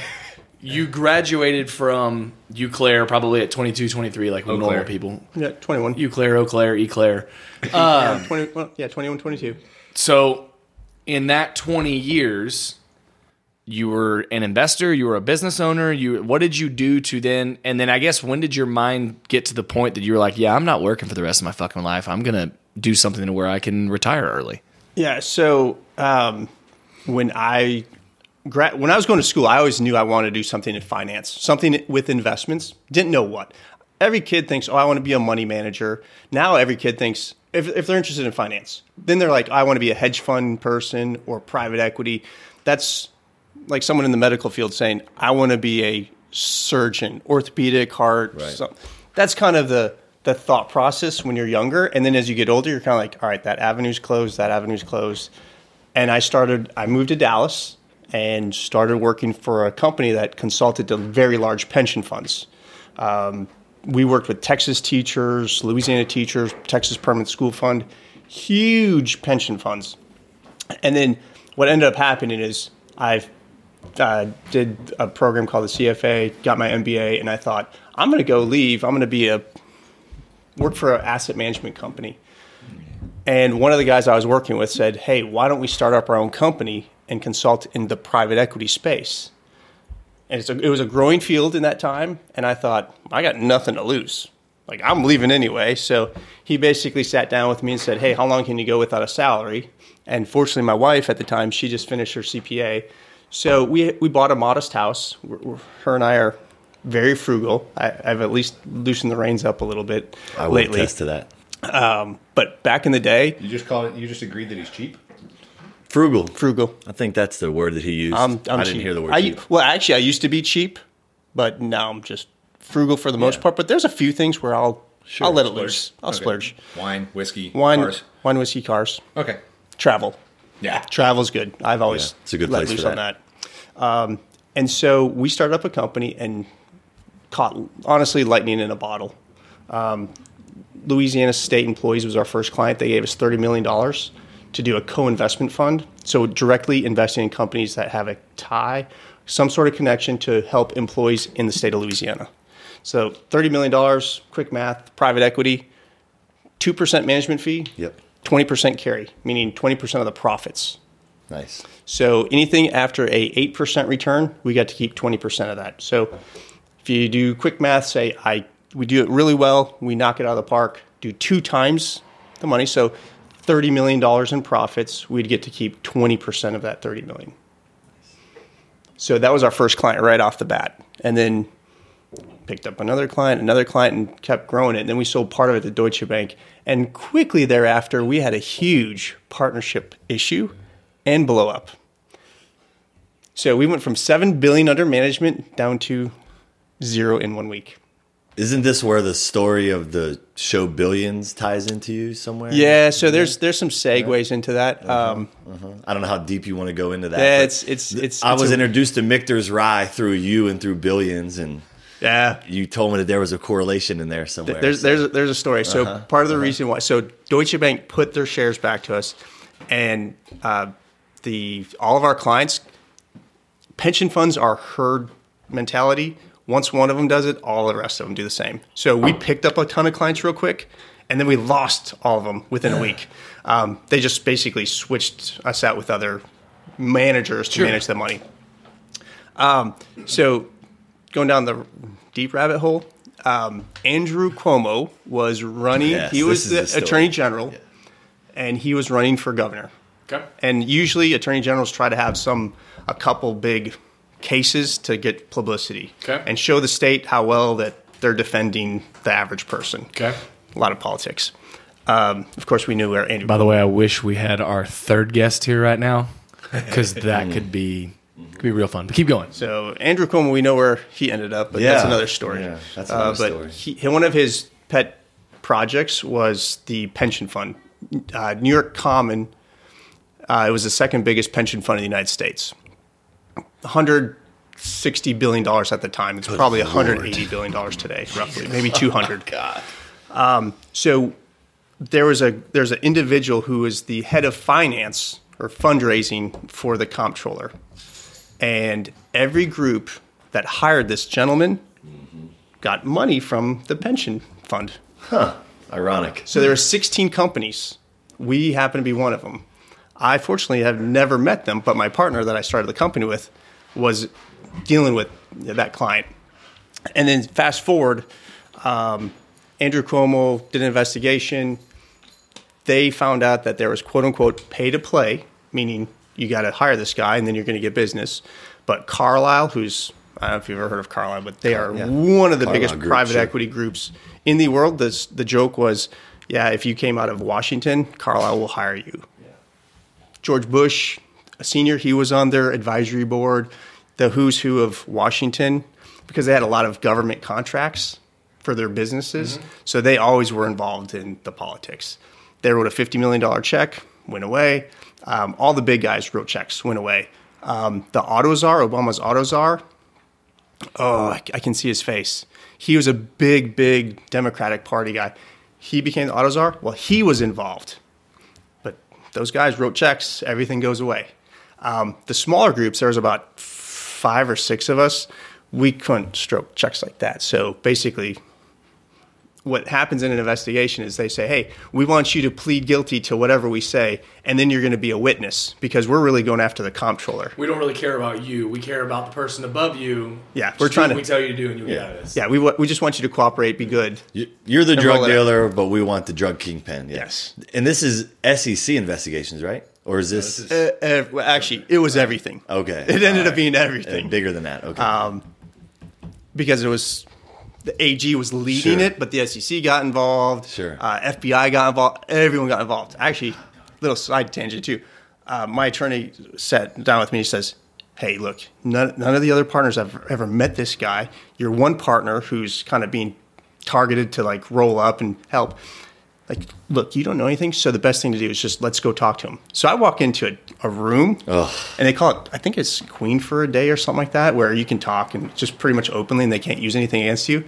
S2: you graduated from Eau Claire probably at 22, 23, like normal
S6: Claire.
S2: people.
S5: yeah, Um, 21.
S2: Eau Claire, Eau Claire, Eau Claire.
S5: 20, well, yeah, 21, 22.
S2: So, in that 20 years, you were an investor, you were a business owner. You, what did you do to then? And then, I guess, when did your mind get to the point that you were like, "Yeah, I'm not working for the rest of my fucking life. I'm gonna do something to where I can retire early."
S5: Yeah. So um, when I gra- when I was going to school, I always knew I wanted to do something in finance, something with investments. Didn't know what. Every kid thinks, "Oh, I want to be a money manager." Now every kid thinks, if, if they're interested in finance, then they're like, I want to be a hedge fund person or private equity. That's like someone in the medical field saying, I want to be a surgeon, orthopedic, heart. some- That's kind of the, the thought process when you're younger. And then as you get older, you're kind of like, all right, that avenue's closed, that avenue's closed. And I started, I moved to Dallas and started working for a company that consulted to very large pension funds Um, we worked with Texas teachers, Louisiana teachers, Texas Permanent School Fund, huge pension funds. And then what ended up happening is I uh, did a program called the CFA, got my MBA, and I thought I'm going to go leave. I'm going to be a work for an asset management company. And one of the guys I was working with said, "Hey, why don't we start up our own company and consult in the private equity space?" and it's a, it was a growing field in that time. And I thought, I got nothing to lose. Like I'm leaving anyway. So he basically sat down with me and said, Hey, how long can you go without a salary? And fortunately, my wife at the time, she just finished her CPA. So we we bought a modest house. We're, we're, her and I are very frugal. I, I've at least loosened the reins up a little bit
S3: I will
S5: lately.
S3: attest to that.
S5: But back in the day,
S6: You just call it. You just agreed that he's cheap.
S3: Frugal.
S5: frugal.
S3: I think that's the word that he used.
S5: I'm,
S3: I
S5: I'm
S3: didn't
S5: cheap.
S3: hear the word
S5: I-
S3: cheap.
S5: well, actually, I used to be cheap, but now I'm just frugal for the most part. But there's a few things where I'll I'll let it
S6: splurge.
S5: loose. I'll
S6: Okay.
S5: splurge.
S6: Wine, whiskey,
S5: Wine,
S6: cars.
S5: wine, whiskey, cars,
S6: Okay.
S5: travel.
S6: Yeah.
S5: Travel's good. I've always
S3: Yeah, it's a good
S5: let
S3: place
S5: loose
S3: for
S5: on that. Um, and so we started up a company and caught honestly lightning in a bottle. Um, Louisiana State Employees was our first client. They gave us thirty million dollars to do a co-investment fund, so directly investing in companies that have a tie, some sort of connection to help employees in the state of Louisiana. So thirty million dollars, quick math, private equity, two percent management fee,
S3: Yep.
S5: twenty percent carry, meaning twenty percent of the profits.
S3: Nice.
S5: So anything after a 8% return, we got to keep 20% of that. So if you do quick math, say I we do it really well, we knock it out of the park, do two times the money, so 30 million dollars in profits, we'd get to keep 20% of that 30 million. So that was our first client right off the bat. And then picked up another client, another client, and kept growing it. And then we sold part of it to Deutsche Bank. And quickly thereafter, we had a huge partnership issue and blow up. So we went from seven billion under management down to zero in one week.
S3: Isn't this where the story of the show Billions ties into you somewhere?
S5: Yeah, so there's there's some segues into that. Um,
S3: I don't know how deep you want to go into that.
S5: Yeah,
S3: but
S5: it's- it's-
S3: th-
S5: it's-
S3: I
S5: it's
S3: was
S5: a-
S3: introduced to Michter's Rye through you and through Billions, and
S5: yeah,
S3: you told me that there was a correlation in there somewhere.
S5: there's there's a, there's a story. So part of the reason why so Deutsche Bank put their shares back to us, and uh, the all of our clients, pension funds are herd mentality. Once one of them does it, all the rest of them do the same. So we picked up a ton of clients real quick, and then we lost all of them within a week. Um, they just basically switched us out with other managers to manage the money. Um, so going down the deep rabbit hole, um, Andrew Cuomo was running.
S3: Yes,
S5: he
S3: this is
S5: was the
S3: the story.
S5: attorney general, and he was running for governor.
S2: Okay.
S5: And usually, attorney generals try to have some a couple big cases to get publicity
S2: Okay.
S5: and show the state how well that they're defending the average person.
S2: Okay.
S5: A lot of politics. Um, of course, we knew where Andrew.
S2: By the way, I wish we had our third guest here right now because that could be could be real fun. But keep going.
S5: So Andrew Cuomo, we know where he ended up, but that's
S3: Yeah.
S5: another story. Uh,
S3: Yeah, that's another
S5: but
S3: story.
S5: He, he- one of his pet projects was the pension fund, uh, New York Common. Uh, it was the second biggest pension fund in the United States. 160 billion dollars at the time. It's probably 180 billion dollars today, roughly, maybe 200. God. Um, so there was a there's an individual who is the head of finance or fundraising for the comptroller and every group that hired this gentleman got money from the pension fund.
S3: ironic.
S5: So there were 16 companies. We happen to be one of them. I fortunately have never met them, but my partner that I started the company with was dealing with that client. And then fast forward, um, Andrew Cuomo did an investigation. They found out that there was quote unquote pay to play, meaning you got to hire this guy and then you're going to get business. But Carlisle, who's I don't know if you've ever heard of Carlisle, but they are one of the
S3: Carlyle
S5: biggest
S3: Group,
S5: private
S3: sure.
S5: equity groups in the world. This, the joke was yeah, if you came out of Washington, Carlisle will hire you. George Bush, a senior, he was on their advisory board, the who's who of Washington, because they had a lot of government contracts for their businesses. So they always were involved in the politics. They wrote a $50 million check, went away. Um, all the big guys wrote checks, went away. Um, the auto czar, Obama's auto czar, oh, I, I can see his face. He was a big, big Democratic Party guy. He became the auto czar. Well, he was involved but those guys wrote checks. Everything goes away. Um, the smaller groups, there was about five or six of us. We couldn't stroke checks like that. So basically, what happens in an investigation is they say, "Hey, we want you to plead guilty to whatever we say, and then you're going to be a witness because we're really going after the comptroller."
S2: We don't really care about you. We care about the person above you.
S5: Yeah,
S2: Just
S5: we're
S2: do
S5: trying
S2: what
S5: to-
S2: We tell you to do, and you get out of this.
S5: Yeah, we wa- we just want you to cooperate, be good.
S3: You're the
S5: And
S3: drug
S5: roll it up.
S3: dealer, but we want the drug kingpin. Yeah.
S5: Yes.
S3: And this is SEC investigations, right? Or is this,
S5: Uh, uh, well, actually, it was everything.
S3: okay?
S5: It ended
S3: All
S5: up being
S3: right.
S5: everything.
S3: bigger than that. Okay.
S5: Uh, because it was the AG was leading
S3: Sure.
S5: it, but the SEC got involved.
S3: Sure.
S5: Uh, FBI got involved. Everyone got involved. Actually, little side tangent too. Uh, my attorney sat down with me. He says, "Hey, look, none, none of the other partners have ever met this guy. You're one partner who's kind of being targeted to like roll up and help." Like, look, you don't know anything, so the best thing to do is just let's go talk to him. So I walk into a, a room, and they call it, I think it's Queen for a Day or something like that, where you can talk and just pretty much openly, and they can't use anything against you.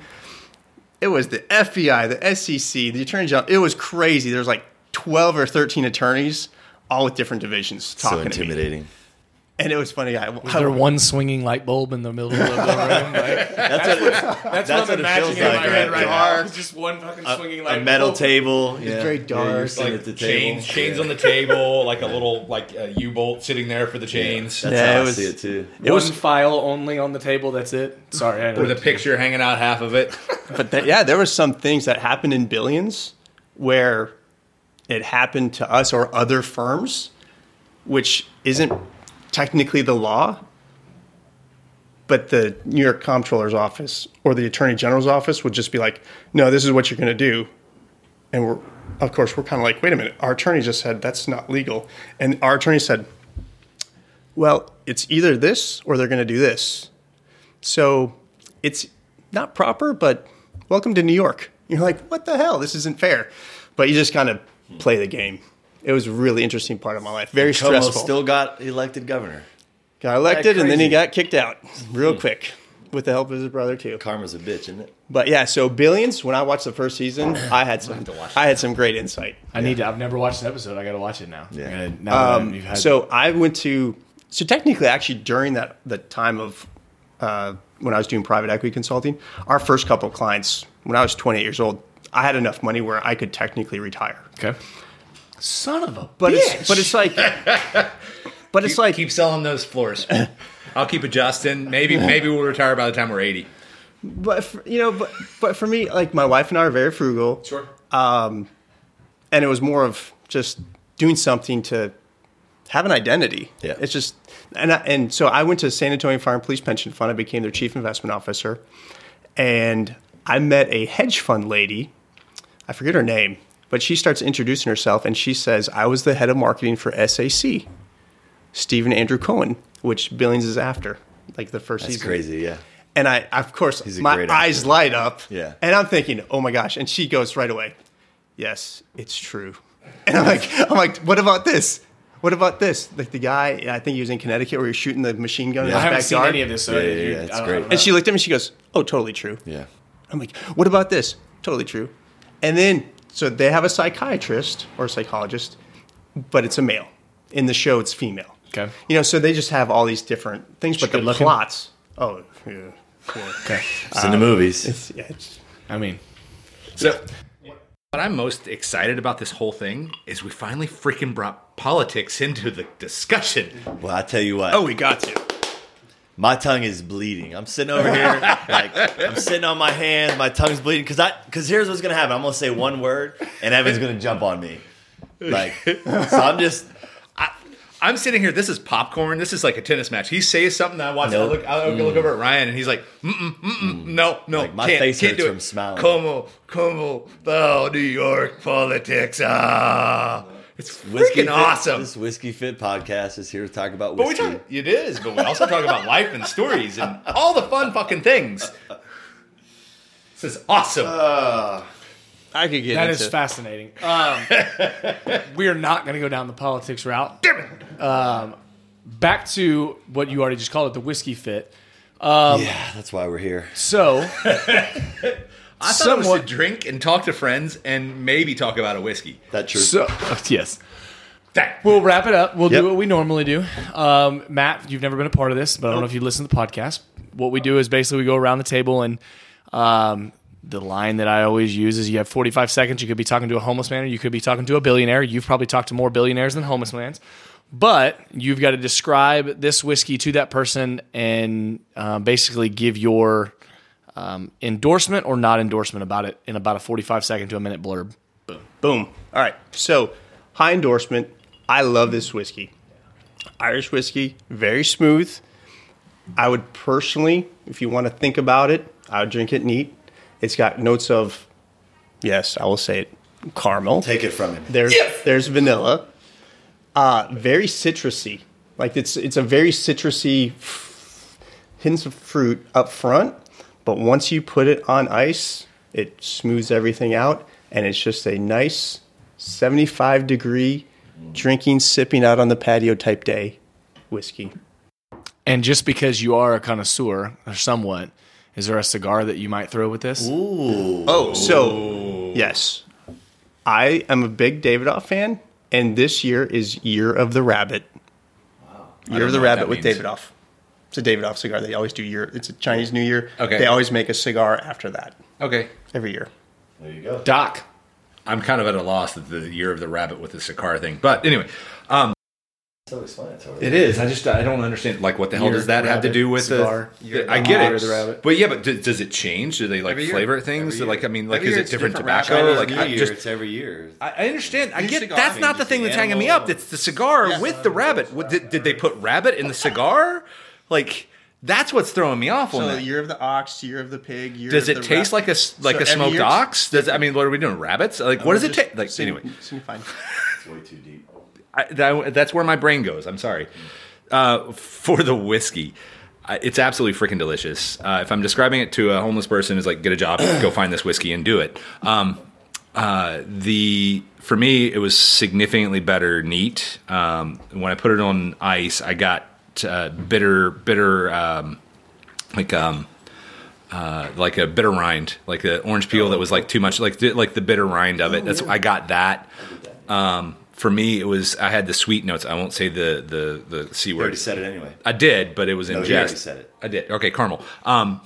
S5: It was the FBI, the SEC, the Attorney General. It was crazy. There was like 12 or 13 attorneys, all with different divisions
S3: so
S5: talking to me.
S3: intimidating.
S5: And it was funny. I, was
S2: There one swinging light bulb in the middle of the room.
S3: That's, what,
S2: That's,
S3: That's
S2: what I'm
S3: what it
S2: imagining
S3: feels
S2: in my
S3: like,
S2: head
S3: right?
S2: right
S3: Yeah.
S2: now. It's Just one fucking swinging
S3: a
S2: light
S3: metal
S2: bulb.
S3: table. It's
S5: very
S3: Yeah,
S5: dark.
S3: you're sitting at the table.
S6: chains, chains on the table, like a little like uh, U bolt sitting there for the chains,
S3: That's
S5: Yeah,
S3: how
S5: it
S3: I
S5: was-
S3: see it too.
S2: One file only on the table. That's it. Sorry. I
S6: with a picture hanging out half of it.
S5: but that, yeah, there were some things that happened in billions where it happened to us or other firms, which isn't technically the law, but the New York Comptroller's office or the Attorney General's office would just be like, "No, this is what you're going to do," and we're, of course, we're kind of like, "Wait a minute, our attorney just said that's not legal," and our attorney said, "Well, it's either this or they're going to do this," so it's not proper, but welcome to New York. You're like, what the hell? This isn't fair. But you just kind of play the game. It was a really interesting part of my life. Very
S3: Como
S5: stressful.
S3: still got elected governor.
S5: got elected, and then he
S3: crazy.
S5: got kicked out
S2: Hmm.
S5: real quick with the help of his brother too.
S3: Karma's a bitch, isn't it?
S5: But yeah, so billions. When I watched the first season, I had some. I had some great insight.
S2: I need to. I've never watched an episode. I got to watch it now.
S3: Yeah.
S2: I gotta- now that you've had-
S5: Um, So I went to. So technically, actually, during that the time of uh, when I was doing private equity consulting, our first couple of clients, when I was 28 years old, I had enough money where I could technically retire.
S2: okay. Son of a.
S5: But
S2: bitch.
S5: it's but it's like, but it's like
S6: keep selling those floors. I'll keep adjusting. Maybe maybe we'll retire by the time we're eighty.
S5: but for, you know, but but for me, like my wife and I are very frugal.
S2: Sure.
S6: Uh,
S5: and it was more of just doing something to have an identity.
S3: Yeah.
S5: It's just, and I, and so I went to San Antonio Fire and Police Pension Fund. I became their chief investment officer, and I met a hedge fund lady. I forget her name, but she starts introducing herself, and she says, "I was the head of marketing for SAC, Stephen Andrew Cohen, which Billings is after." Like the first
S3: That's
S5: season.
S3: crazy. Yeah.
S5: And I, of course,
S3: He's a
S5: my
S3: great
S5: eyes
S3: actor.
S5: light up.
S3: Yeah.
S5: And I'm thinking, oh my gosh. And she goes right away, yes, it's true. And I'm like, I'm like, what about this? What about this? Like the guy, I think he was in Connecticut where he was shooting the machine gun
S3: Yeah.
S2: I
S5: in
S2: haven't
S5: his
S2: seen
S5: backyard.
S2: any of this. So
S3: Yeah,
S2: you-
S3: yeah, yeah, it's
S2: I don't- I
S3: great.
S2: don't know.
S5: and she looked at me, she goes, oh, totally true.
S3: Yeah.
S5: I'm like, what about this? Totally true. And then, so they have a psychiatrist or psychologist, but it's a male. In the show, it's female.
S2: Okay.
S5: You know, so they just have all these different things, but the
S2: good looking?
S5: plots. Oh, yeah. yeah.
S2: Okay.
S3: It's in the movies.
S5: Yeah, Uh, it's-
S2: I mean,
S6: So, what I'm most excited about this whole thing is we finally freaking brought politics into the discussion.
S3: Well, I tell you what.
S5: oh, we got to.
S3: my tongue is bleeding. I'm sitting over here, like I'm sitting on my hands, my tongue's bleeding. Cause I, cause here's what's gonna happen. I'm gonna say one word, and Evan's gonna jump on me. Like, so I'm just,
S6: I'm sitting here. This is popcorn. This is like a tennis match. He says something. I watch. I look. I look over at Ryan, and he's like, mm-mm, mm-mm, "No, no,
S3: Mm. Like, my
S6: can't,
S3: face
S6: can't
S3: hurts
S6: do it.
S3: from smiling.
S6: Como, como, oh, New York politics. Ah, it's freaking
S3: Whiskey Fit-
S6: awesome.
S3: This Whiskey Fit podcast is here to talk about
S6: but we
S3: whiskey.
S6: talk. It is. But we also talk about life and stories and all the fun fucking things. This is awesome.
S3: Uh,
S5: I could get
S2: That
S5: into
S2: is fascinating. Um, we are not going to go down the politics route. Damn it! Um, back to what you already just called it, the whiskey fit.
S6: Um,
S3: yeah, that's why we're here.
S2: So
S6: I thought it was
S2: somewhat-
S6: to drink and talk to friends and maybe talk about a whiskey.
S3: That true.
S2: So yes,
S6: That
S2: we'll wrap it up. We'll
S3: Yep.
S2: do what we normally do. Um, Matt, you've never been a part of this, but I don't know if you listen to the podcast. What we do is basically we go around the table and um, the line that I always use is: you have 45 seconds. You could be talking to a homeless man, or you could be talking to a billionaire. You've probably talked to more billionaires than homeless mans. But you've got to describe this whiskey to that person and um, basically give your um, endorsement or not endorsement about it in about a 45 second to a minute blurb.
S5: Boom. All right. So, high endorsement. I love this whiskey. Irish whiskey, very smooth. I would personally, if you want to think about it, I would drink it neat. It's got notes of, yes, I will say it, caramel.
S3: Take it from him.
S5: There's there's vanilla. Uh, very citrusy. Like it's it's a very citrusy f- hints of fruit up front, but once you put it on ice, it smooths everything out, and it's just a nice 75 degree drinking, sipping out on the patio type day whiskey.
S2: And just because you are a connoisseur or somewhat, is there a cigar that you might throw with this?
S5: Oh, so yes, I am a big Davidoff fan, and this year is Year of the Rabbit. Year of the
S6: know what
S5: Rabbit
S6: that
S5: with
S6: means.
S5: Davidoff. It's a Davidoff cigar. They always do year. It's a Chinese New Year.
S6: Okay.
S5: They always make a cigar after that
S6: okay.
S5: every year.
S2: Doc.
S6: I'm kind of at a loss at the year of the rabbit with the Sakar thing. But anyway, um, it is. I just I don't understand. Like, what the hell
S2: Year
S6: does that have to
S2: rabbit,
S6: do with
S2: cigar.
S6: the? I get
S2: Year
S6: it.
S2: of the rabbit.
S6: But yeah, but d- does it change? Do they like
S4: Every year.
S6: flavor things?
S4: Every
S6: Like,
S4: year.
S6: I mean, like,
S4: Every
S6: is
S4: year
S6: it
S4: it's
S6: different,
S4: different wrap.
S6: tobacco?
S4: Chinese
S6: Like,
S3: New
S6: I
S3: Year,
S6: just
S3: it's every year.
S6: I, I understand. I
S4: New
S6: get
S4: cigar
S6: that's not
S4: changes,
S6: the thing
S4: the
S6: that's hanging me
S4: animal.
S6: up. It's the cigar with the rabbit. What, did, did they put rabbit in the cigar? Like, that's what's throwing me off on
S5: So
S6: that.
S5: Year of the Ox, Year of the Pig. Year
S6: Does
S5: of
S6: it
S5: the
S6: taste like
S5: Rabbit.
S6: a s- like
S5: So
S6: a
S5: every
S6: smoked
S5: year's
S6: ox? Does I mean, what are we doing? Rabbits? Like, what does it
S5: just
S6: taste? Like,
S5: sig-
S6: anyway.
S5: signifying.
S6: I, that, that's where my brain goes. I'm sorry. Uh, for the whiskey, I, it's absolutely freaking delicious. Uh, if I'm describing it to a homeless person, it's like get a job, go find this whiskey, and do it. Um, uh, the for me, it was significantly better neat. Um, when I put it on ice, I got uh, bitter, bitter, um, like um, uh, like a bitter rind, like the orange peel that was like too much, like the, like the bitter rind of it. That's I got that. Um, for me, it was I had the sweet notes. I won't say the the the c
S3: You already
S6: word.
S3: said it anyway.
S6: I did, but it was in
S3: No, you already
S6: jest.
S3: said it.
S6: I did. Okay, caramel. Um,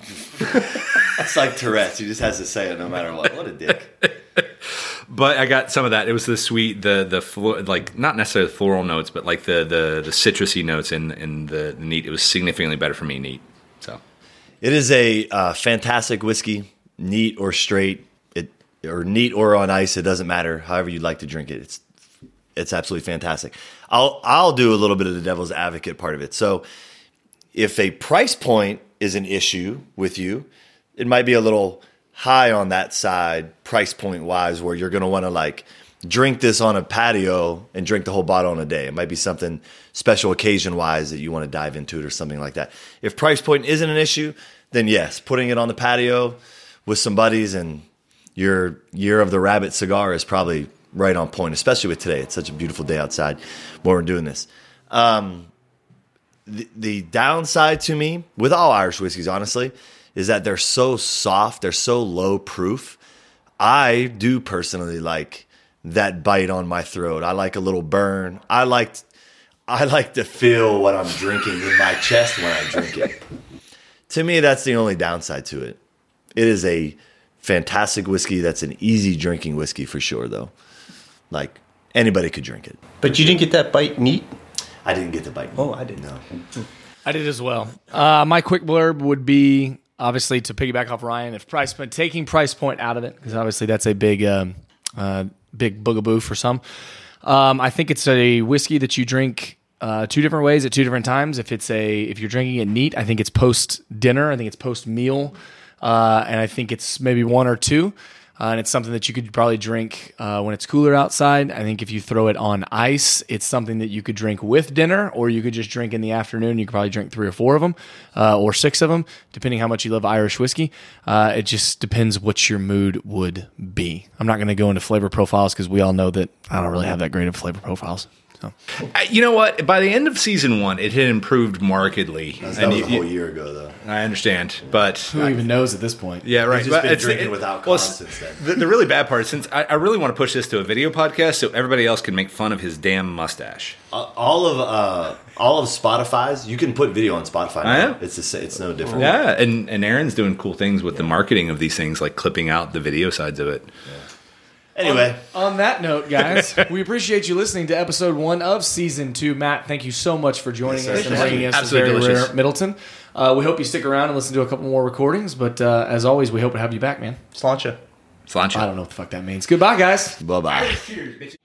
S3: It's like Tourette's. He just has to say it no matter what. What a dick.
S6: but I got some of that. It was the sweet, the the flo- like not necessarily the floral notes, but like the the the citrusy notes and and the, the neat. It was significantly better for me neat. So
S3: It is a uh, fantastic whiskey, neat or straight, it or neat or on ice. It doesn't matter. However you'd like to drink it, it's it's absolutely fantastic. I'll I'll do a little bit of the devil's advocate part of it. So, if a price point is an issue with you, it might be a little high on that side price point wise where you're going to want to like drink this on a patio and drink the whole bottle in a day. It might be something special occasion wise that you want to dive into it or something like that. If price point isn't an issue, then yes, putting it on the patio with some buddies and your year of the rabbit cigar is probably right on point, especially with today. It's such a beautiful day outside when we're doing this the downside to me with all Irish whiskeys, honestly, is that they're so soft, they're so low proof. I do personally like that bite on my throat. I like a little burn. I like I like to feel what I'm drinking in my chest when I drink it. to me, that's the only downside to it. It is a fantastic whiskey. That's an easy drinking whiskey for sure, though. Like anybody could drink it.
S5: But you didn't get that bite neat.
S3: I didn't get the bite.
S5: Oh, I didn't.
S3: No.
S2: I did as well. Uh, my quick blurb would be obviously to piggyback off Ryan, if price point taking price point out of it, because obviously that's a big, um, uh, big boogaboo for some. Um, I think it's a whiskey that you drink uh, two different ways at two different times. If it's a if you're drinking it neat, I think it's post dinner. I think it's post meal, uh, and I think it's maybe one or two. Uh, and it's something that you could probably drink uh, when it's cooler outside. I think if you throw it on ice, it's something that you could drink with dinner, or you could just drink in the afternoon. You could probably drink three or four of them, uh, or six of them, depending how much you love Irish whiskey. Uh, it just depends what your mood would be. I'm not going to go into flavor profiles because we all know that I don't really have that great of flavor profiles. So.
S6: Uh, You know what? By the end of season one, it had improved markedly.
S3: That
S6: And
S3: was
S6: you-
S3: a whole
S6: you-
S3: year ago, though.
S6: I understand, but
S2: Who even knows at this point?
S6: yeah, right.
S3: just
S6: but
S3: been
S6: it's-
S3: drinking without
S6: well,
S3: cause
S6: s-
S3: since then.
S6: The, the really bad part, since I, I really want to push this to a video podcast, so everybody else can make fun of his damn mustache.
S3: Uh, all of uh, all of Spotify's, you can put video on Spotify. Now.
S6: I know.
S3: It's the sa- it's no different.
S6: Yeah, and and Aaron's doing cool things with the marketing of these things, like clipping out the video sides of it.
S3: Anyway,
S2: On that note, guys, we appreciate you listening to episode one of season two. Matt, thank you so much for joining
S3: Yes, sir.
S2: us and
S3: Thank you.
S2: bringing us this
S6: Absolutely
S2: very
S6: delicious.
S2: rare Middleton. Uh, we hope you stick around and listen to a couple more recordings. But uh, as always, we hope to have you back, man.
S5: Slancha.
S6: Sláinte.
S2: I don't know what the fuck that means. Goodbye, guys.
S3: bye bye.
S6: Cheers, bitches.